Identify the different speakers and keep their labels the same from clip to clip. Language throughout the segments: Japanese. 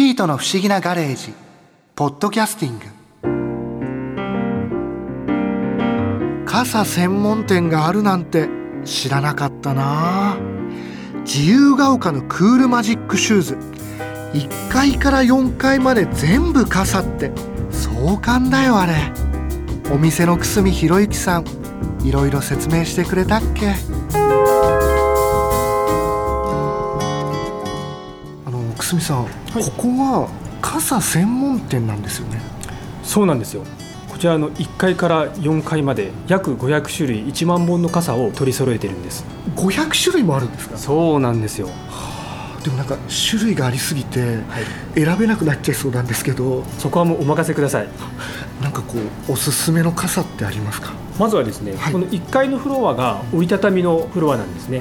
Speaker 1: ートの不思議なガレージ」「ポッドキャスティング」傘専門店があるなんて知らなかったな自由が丘のクールマジックシューズ1階から4階まで全部傘って壮観だよあれお店の久住博之さんいろいろ説明してくれたっけあの久住さん、ここは傘専門店なんですよね
Speaker 2: そうなんですよこちらの1階から4階まで約500種類1万本の傘を取り揃えてるんです
Speaker 1: 500種類もあるんですか
Speaker 2: そうなんですよ
Speaker 1: でもなんか種類がありすぎて選べなくなっちゃいそうなんですけど
Speaker 2: そこはもうお任せください
Speaker 1: なんかこうおすすめの傘ってありますか
Speaker 2: まずはですね、
Speaker 1: はい
Speaker 2: この1階のフロアが折りたたみのフロアなんですね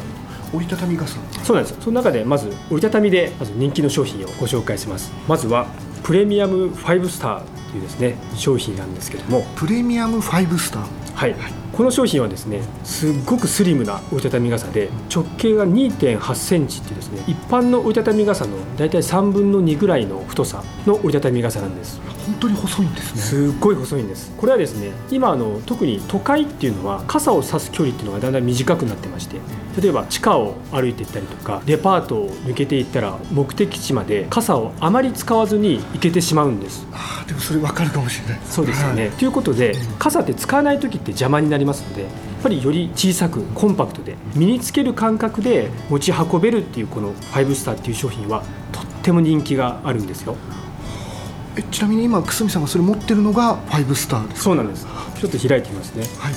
Speaker 1: 折りたたみ傘
Speaker 2: そうなんですよその中でまず折りたたみでまず人気の商品をご紹介しますまずはプレミアム5スターというですね商品なんですけども
Speaker 1: プレミアム5スター
Speaker 2: はい、この商品はですねすっごくスリムな折りたたみ傘で直径が2 8センチっていうですね一般の折りたたみ傘の大体3分の2ぐらいの太さの折りたたみ傘なんです
Speaker 1: 本当に細いんですね
Speaker 2: すっごい細いんですこれはですね今あの特に都会っていうのは傘を差す距離っていうのがだんだん短くなってまして例えば地下を歩いていったりとかデパートを抜けていったら目的地まで傘をあまり使わずに行けてしまうんです
Speaker 1: あーでもそれ分かるかもしれない
Speaker 2: そうですよね。ということで傘って使わない時って邪魔になりますのでやっぱりより小さくコンパクトで身につける感覚で持ち運べるっていうこのファイブスターっていう商品はとっても人気があるんですよ
Speaker 1: えちなみに今久住さんがそれ持ってるのが5スターです
Speaker 2: そうなんですちょっと開いてみますね
Speaker 1: はい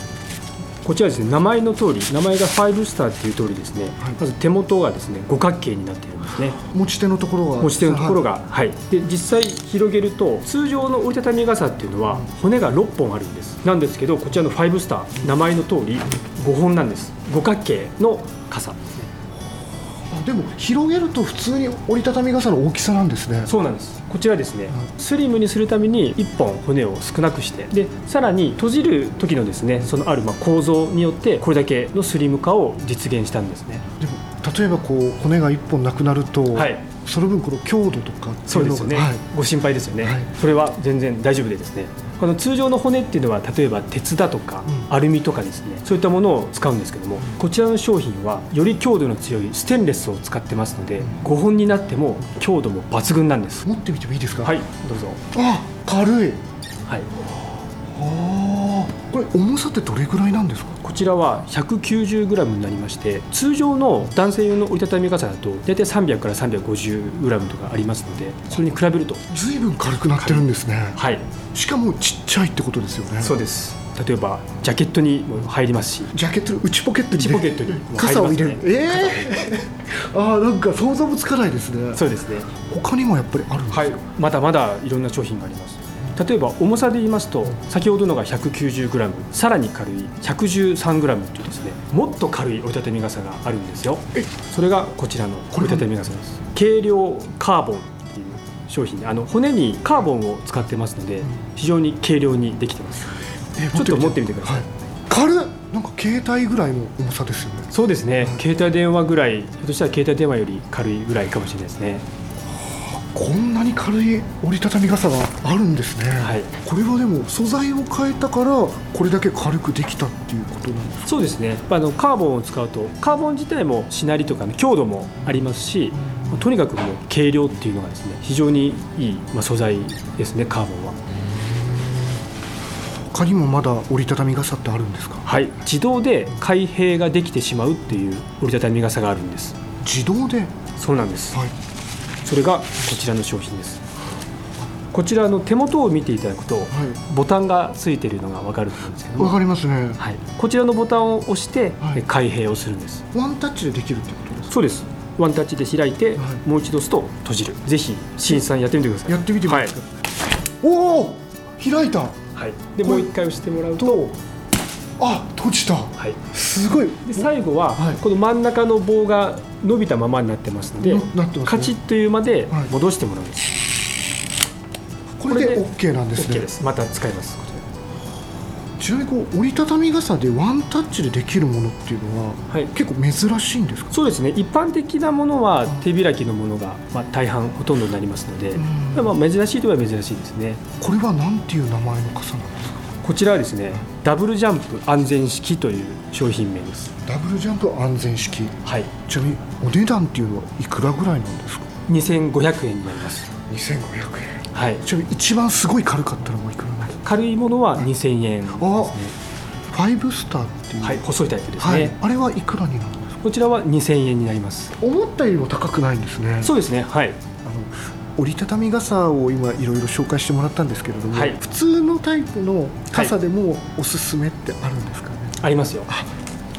Speaker 2: こちらですね名前の通り名前がファイブスターっていう通りですね、
Speaker 1: はい
Speaker 2: まず手元がですね五角形になっているんですね
Speaker 1: 持ち手のところは
Speaker 2: 持ち手のところが、はいで実際広げると通常の折りたたみ傘っていうのは骨が6本あるんですなんですけどこちらの5スター名前の通り5本なんです五角形の傘ですね
Speaker 1: あでも広げると普通に折りたたみ傘の大きさなんですね
Speaker 2: そうなんですこちらですねスリムにするために1本骨を少なくしてでさらに閉じる時のですねそのあるまあ構造によってこれだけのスリム化を実現したんですね
Speaker 1: でも例えばこう骨が1本なくなると、
Speaker 2: はい
Speaker 1: その分この強度とかっていうのが
Speaker 2: そうですよね、
Speaker 1: はい
Speaker 2: ご心配ですよね、
Speaker 1: はい
Speaker 2: それは全然大丈夫でですねこの通常の骨っていうのは例えば鉄だとか
Speaker 1: う
Speaker 2: アルミとかですね、そういったものを使うんですけどもこちらの商品はより強度の強いステンレスを使ってますので5本になっても強度も抜群なんです
Speaker 1: 持ってみてもいいですか
Speaker 2: はいどうぞ
Speaker 1: あ軽い
Speaker 2: はい
Speaker 1: あーこれ重さってどれぐらいなんですか
Speaker 2: こちらは 190g になりまして通常の男性用の折りたたみ傘だと大体300から 350g とかありますのでそれに比べると
Speaker 1: ずいぶん軽くなってるんですね
Speaker 2: はい
Speaker 1: しかもちっちゃいってことですよね
Speaker 2: そうです例えばジャケットにも入りますし
Speaker 1: ジャケットの内ポケットに
Speaker 2: 内ポケットにもう入りますね
Speaker 1: 傘を入れる、ええー、ああなんか想像もつかないですね
Speaker 2: そうですね。
Speaker 1: 他にもやっぱりあるんですか、
Speaker 2: はい。まだまだいろんな商品があります。例えば重さで言いますと先ほどのが 190g さらに軽い 113g というですねもっと軽い折りたたみ傘があるんですよ
Speaker 1: え
Speaker 2: それがこちらの
Speaker 1: こ
Speaker 2: 折
Speaker 1: れ
Speaker 2: りたたみ傘です軽量カーボンっていう商品であの骨にカーボンを使ってますので非常に軽量にできてます
Speaker 1: え
Speaker 2: ちょっと持ってみてください
Speaker 1: は軽っなんか携帯ぐらいの重さですよね
Speaker 2: そうですね携帯電話ぐらいひょっとしたら携帯電話より軽いぐらいかもしれないですね
Speaker 1: こんなに軽い折りたたみ傘があるんですね、
Speaker 2: はい
Speaker 1: これはでも素材を変えたからこれだけ軽くできたっていうことなんです
Speaker 2: そうですねあのカーボンを使うとカーボン自体もしなりとかの強度もありますしとにかくもう軽量っていうのがですね非常にいい、まあ、素材ですねカーボンは
Speaker 1: 他にもまだ折りたたみ傘ってあるんですか
Speaker 2: はい自動で開閉ができてしまうっていう折りたたみ傘があるんです
Speaker 1: 自動で、はい、
Speaker 2: そうなんですそれがこちらの商品ですこちらの手元を見ていただくと、ボタンがついてるのが分かると思うんですけど
Speaker 1: わ
Speaker 2: も、
Speaker 1: かりますね
Speaker 2: はい、こちらのボタンを押して、
Speaker 1: はい
Speaker 2: 開閉をするんです
Speaker 1: ワンタッチでできるってことですか
Speaker 2: そうですワンタッチで開いて、
Speaker 1: はい
Speaker 2: もう一度押すと閉じるぜひ新さんやってみてください
Speaker 1: やってみてください、
Speaker 2: は
Speaker 1: おお開いた
Speaker 2: い、はい、でもう一回押してもらうと
Speaker 1: とあ閉じた
Speaker 2: はい
Speaker 1: すごい
Speaker 2: で最後は、
Speaker 1: はい
Speaker 2: この真ん中の棒が伸びたままになってますので
Speaker 1: ななってますね
Speaker 2: カチッというまで
Speaker 1: はい
Speaker 2: 戻してもらうんです、
Speaker 1: これ
Speaker 2: これ
Speaker 1: で
Speaker 2: で
Speaker 1: OK なんです
Speaker 2: OK
Speaker 1: ね
Speaker 2: ですまた使いますこちら
Speaker 1: ちちなみにこう折りたたみ傘でワンタッチでできるものっていうのは
Speaker 2: はい、
Speaker 1: 結構珍しいんですか
Speaker 2: そうですね一般的なものは手開きのものが、まあ、大半ほとんどになりますので、
Speaker 1: うん
Speaker 2: まあ、珍しいといえば珍しいですね
Speaker 1: これはなんていう名前の傘なんですか
Speaker 2: こちらはですねダブルジャンプ安全式という商品名です
Speaker 1: ダブルジャンプ安全式
Speaker 2: はい
Speaker 1: ちなみにお値段っていうのはいくらぐらいなんですか
Speaker 2: 2500円になります
Speaker 1: 2500円
Speaker 2: はい
Speaker 1: ちなみに一番すごい軽かったのもいくらなんですか
Speaker 2: 軽いものは2000円ですね
Speaker 1: あファイブスターっていう
Speaker 2: はい細いタイプですね、
Speaker 1: はいあれはいくらになるんですか
Speaker 2: こちらは2000円になります
Speaker 1: 思ったよりも高くないんですね
Speaker 2: そうですねは
Speaker 1: あ
Speaker 2: い
Speaker 1: の折りたたみ傘を今いろいろ紹介してもらったんですけれども、
Speaker 2: はい
Speaker 1: 普通のタイプの傘でもおすすめってあるんですかね、
Speaker 2: ありますよ
Speaker 1: あ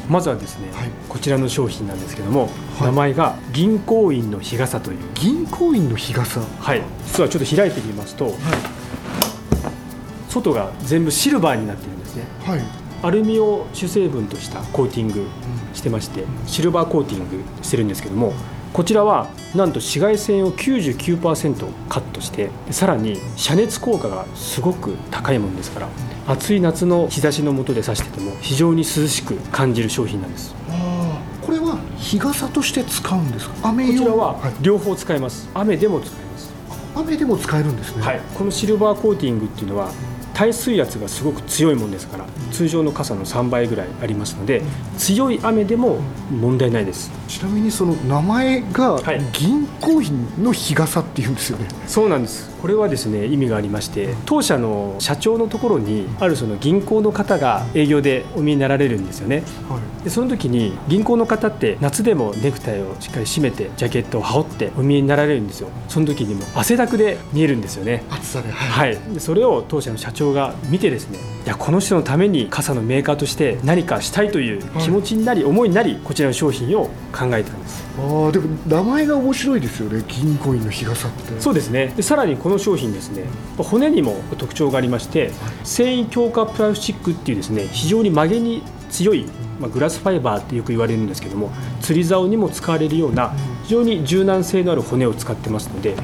Speaker 2: まずはですね、
Speaker 1: はい
Speaker 2: こちらの商品なんですけども、
Speaker 1: はい
Speaker 2: 名前が銀行員の日傘という
Speaker 1: 銀行員の日傘は
Speaker 2: はい実はちょっと開いてみますと外が全部シルバーになってるんですね
Speaker 1: いはい、
Speaker 2: アルミを主成分としたコーティングしてましてシルバーコーティングしてるんですけどもこちらはなんと紫外線を99%カットしてさらに遮熱効果がすごく高いものですから暑い夏の日差しの下で差してても非常に涼しく感じる商品なんですこ
Speaker 1: あーこれは日傘として使うんですか雨
Speaker 2: ち
Speaker 1: 用
Speaker 2: らはい両方使えます雨でも使えます
Speaker 1: 雨でも使えるんですね、
Speaker 2: はい、このシルバーコーティングっていうのは耐水圧がすごく強いもんですから通常の傘の3倍ぐらいありますので強い雨でも問題ないです
Speaker 1: ちなみにその名前が
Speaker 2: はい
Speaker 1: 銀行員の日傘っていうんですよね、
Speaker 2: そうなんですこれはですね意味がありまして当社の社長のところにあるその銀行の方が営業でお見になられるんですよね
Speaker 1: はい
Speaker 2: でその時に銀行の方って夏でもネクタイをしっかり締めてジャケットを羽織ってお見えになられるんですよその時にもう汗だくで見えるんですよね
Speaker 1: 暑さではい
Speaker 2: はい、でそれを当社の社長が見てですねいやこの人のために傘のメーカーとして何かしたいという気持ちになり、思いになりこちらの商品を考えたんです
Speaker 1: あーでも名前が面白いですよね銀行員の日傘って
Speaker 2: そうですねでさらにこの商品ですね骨にも特徴がありまして繊維強化プラスチックっていうですね非常に曲げに強い、まあ、グラスファイバーってよく言われるんですけども釣り竿にも使われるような非常に柔軟性のある骨を使ってますので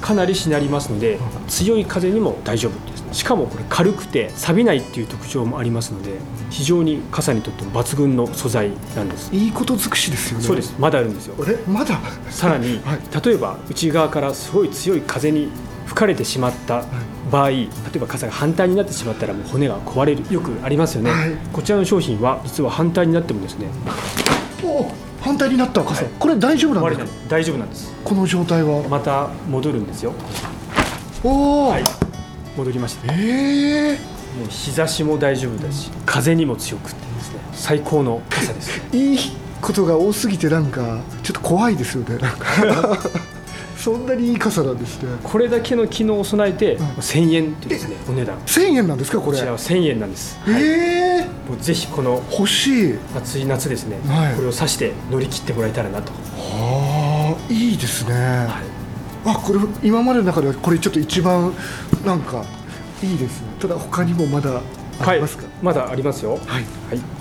Speaker 2: かなりしなりますので強い風にも大丈夫ですしかもこれ軽くて錆びないっていう特徴もありますので非常に傘にとっても抜群の素材なんです
Speaker 1: いいこと尽くしですよね
Speaker 2: そうですまだあるんですよ
Speaker 1: あれまだ
Speaker 2: さらに、
Speaker 1: はい
Speaker 2: 例えば内側からすごい強い風に吹かれてしまった場合、例えば傘が反対になってしまったらもう骨が壊れるよくありますよね、
Speaker 1: はい
Speaker 2: こちらの商品は実は反対になってもですね
Speaker 1: お反対になった傘、
Speaker 2: はい
Speaker 1: これ大丈夫なん
Speaker 2: 壊
Speaker 1: で
Speaker 2: れ
Speaker 1: す
Speaker 2: な
Speaker 1: か
Speaker 2: い大丈夫なんです
Speaker 1: この状態は
Speaker 2: また戻るんですよ
Speaker 1: おお、
Speaker 2: はい戻りました
Speaker 1: ええ
Speaker 2: もう日差しも大丈夫だし風にも強くってですね最高の傘ですね
Speaker 1: いいことが多すぎてなんかちょっと怖いですよねなんか そんなにいい傘なんですね
Speaker 2: これだけの機能を備えて、
Speaker 1: ん
Speaker 2: 1000円というですねお値段こ
Speaker 1: 1000円なんですかこれ
Speaker 2: ちらは1000円なんです、はい
Speaker 1: ええ
Speaker 2: もうぜひこの
Speaker 1: 欲しい
Speaker 2: 暑い夏ですね、
Speaker 1: はい
Speaker 2: これを指して乗り切ってもらえたらなと、
Speaker 1: ああいいですね、
Speaker 2: はい
Speaker 1: あこれ今までの中ではこれちょっと一番なんかいいですねただ他にもまだありますか、
Speaker 2: まだありますよ、
Speaker 1: はい
Speaker 2: はい、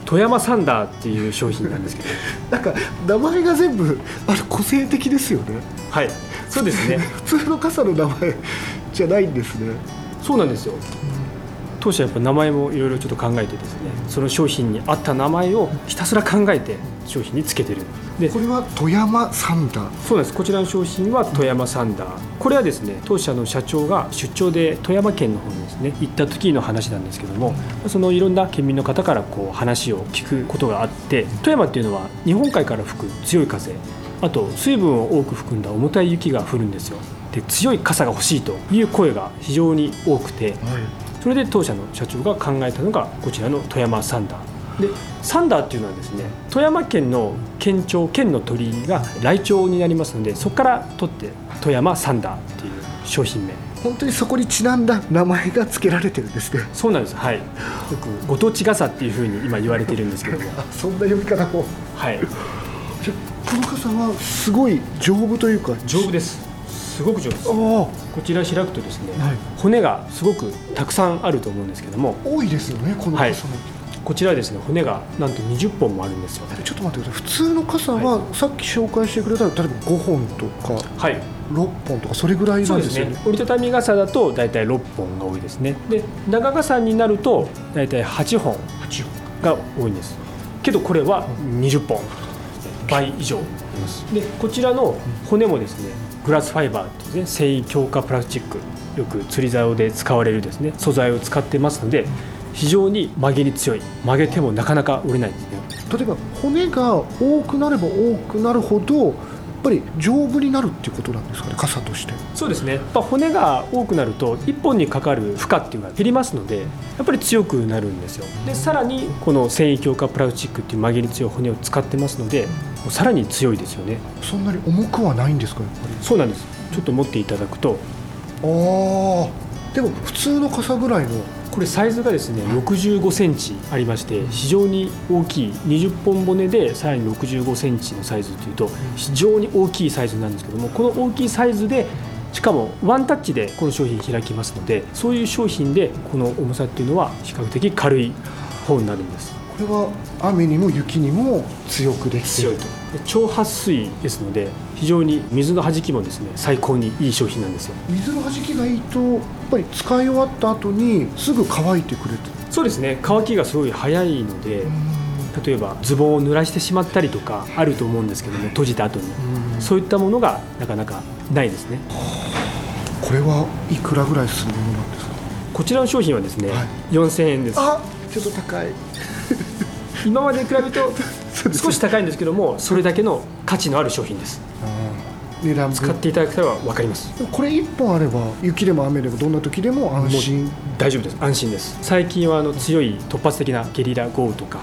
Speaker 2: 富山サンダーっていう商品なんです けど
Speaker 1: なんか名前が全部あれ個性的ですよね
Speaker 2: はいそうですね
Speaker 1: 普通の傘の名前じゃないんですね
Speaker 2: そうなんですよ当社やっぱ名前もいろいろちょっと考えてですねその商品に合った名前をひたすら考えて商品につけてるで
Speaker 1: これは富山サンダー
Speaker 2: そうなんですこちらの商品は富山サンダーこれはですね当社の社長が出張で富山県の方にですね行った時の話なんですけどもそのいろんな県民の方からこう話を聞くことがあって富山っていうのは日本海から吹く強い風あと水分を多く含んだ重たい雪が降るんですよで強い傘が欲しいという声が非常に多くてそれで当社の社長が考えたのがこちらの富山サンダーでサンダーっていうのはですね富山県の県庁県の鳥居がライチョウになりますのでそこから取って富山サンダーっていう商品名
Speaker 1: 本当にそこにちなんだ名前が付けられてるんですね
Speaker 2: そうなんですはいよくご当地傘っていうふうに今言われてるんですけども
Speaker 1: あそんな呼び方も
Speaker 2: はい
Speaker 1: じゃこの傘はすごい丈夫というか
Speaker 2: 丈夫ですすごく丈夫です
Speaker 1: あ
Speaker 2: こちら開くとですね、
Speaker 1: はい
Speaker 2: 骨がすごくたくさんあると思うんですけども
Speaker 1: あ多いですよねこの
Speaker 2: はい
Speaker 1: 傘も、
Speaker 2: こちらはですね骨がなんと20本もあるんですよ
Speaker 1: ちょっと待ってください普通の傘は、さっき紹介してくれた例えば5本とか
Speaker 2: はい
Speaker 1: 6本とかそれぐらい
Speaker 2: そ
Speaker 1: な
Speaker 2: うんで
Speaker 1: ですすよ
Speaker 2: ね
Speaker 1: ね
Speaker 2: 折りたたみ傘だと大体6本が多いですねで長傘になると大体8本
Speaker 1: 8本
Speaker 2: が多いんですけどこれは20本倍以上でこちらの骨もですねグラスファイバーっていうね繊維強化プラスチックよく釣り竿で使われるですね素材を使ってますので非常に曲げに強い曲げてもなかなか折れないんですね
Speaker 1: 例えば骨が多くなれば多くなるほどやっぱり丈夫になるっていうことなんですかね傘として
Speaker 2: そうですねやっぱ骨が多くなると1本にかかる負荷っていうのが減りますのでやっぱり強くなるんですよでさらにこの繊維強化プラスチックっていう曲げに強い骨を使ってますのでもうさらに強いですよね
Speaker 1: そんなに重くはないんですかやっぱり
Speaker 2: そうなんですちょっと持っていただくと
Speaker 1: ああでも普通の傘ぐらいの
Speaker 2: これサイズがですね65センチありまして非常に大きい20本骨でさらに65センチのサイズというと非常に大きいサイズなんですけどもこの大きいサイズでしかもワンタッチでこの商品開きますのでそういう商品でこの重さっていうのは比較的軽い方になるんです
Speaker 1: これは雨にも雪にも強くできて
Speaker 2: 強いとで超撥水ですので非常に水の弾きもですね最高にいい商品なんですよ
Speaker 1: 水の弾きがいいとやっぱり使い終わった後にすぐ乾いてくれて
Speaker 2: そうですね乾きがすごい早いので例えばズボンを濡らしてしまったりとかあると思うんですけども閉じた後にそういったものがなかなかないですね
Speaker 1: これはいくらぐらいするものなんですか
Speaker 2: こちらの商品はですね、
Speaker 1: はい
Speaker 2: 4000円です
Speaker 1: あちょっと高い
Speaker 2: 今までに比べ ると少し高いんですけどもそれだけの価値のある商品です
Speaker 1: 値段
Speaker 2: 使っ
Speaker 1: 分
Speaker 2: ていただけたら分かります
Speaker 1: これ1本あれば雪でも雨でもどんな時でも安心
Speaker 2: 大丈夫です安心です最近はあの強い突発的なゲリラ豪雨とか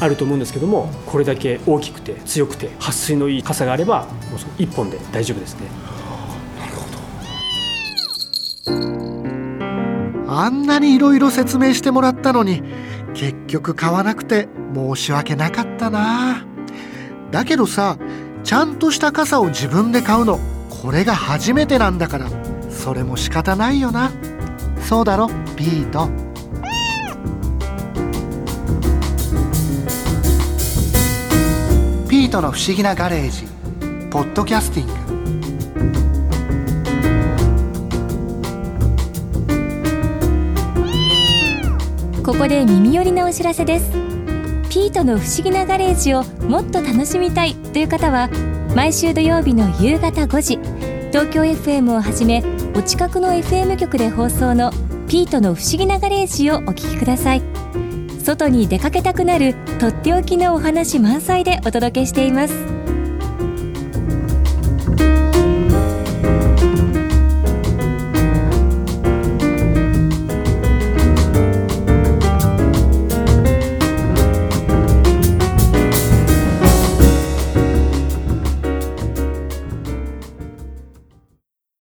Speaker 2: あると思うんですけどもこれだけ大きくて強くて撥水のいい傘があればもうその1本で大丈夫ですね
Speaker 1: あんなにいろいろ説明してもらったのに結局買わなくて申し訳なかったなだけどさちゃんとした傘を自分で買うのこれが初めてなんだからそれも仕方ないよなそうだろピートピートの不思議なガレージポッドキャスティング
Speaker 3: ここで耳寄りなお知らせですピートの不思議なガレージをもっと楽しみたいという方は毎週土曜日の夕方5時東京 FM をはじめお近くの FM 局で放送のピートの不思議なガレージをお聞きください外に出かけたくなるとっておきのお話満載でお届けしています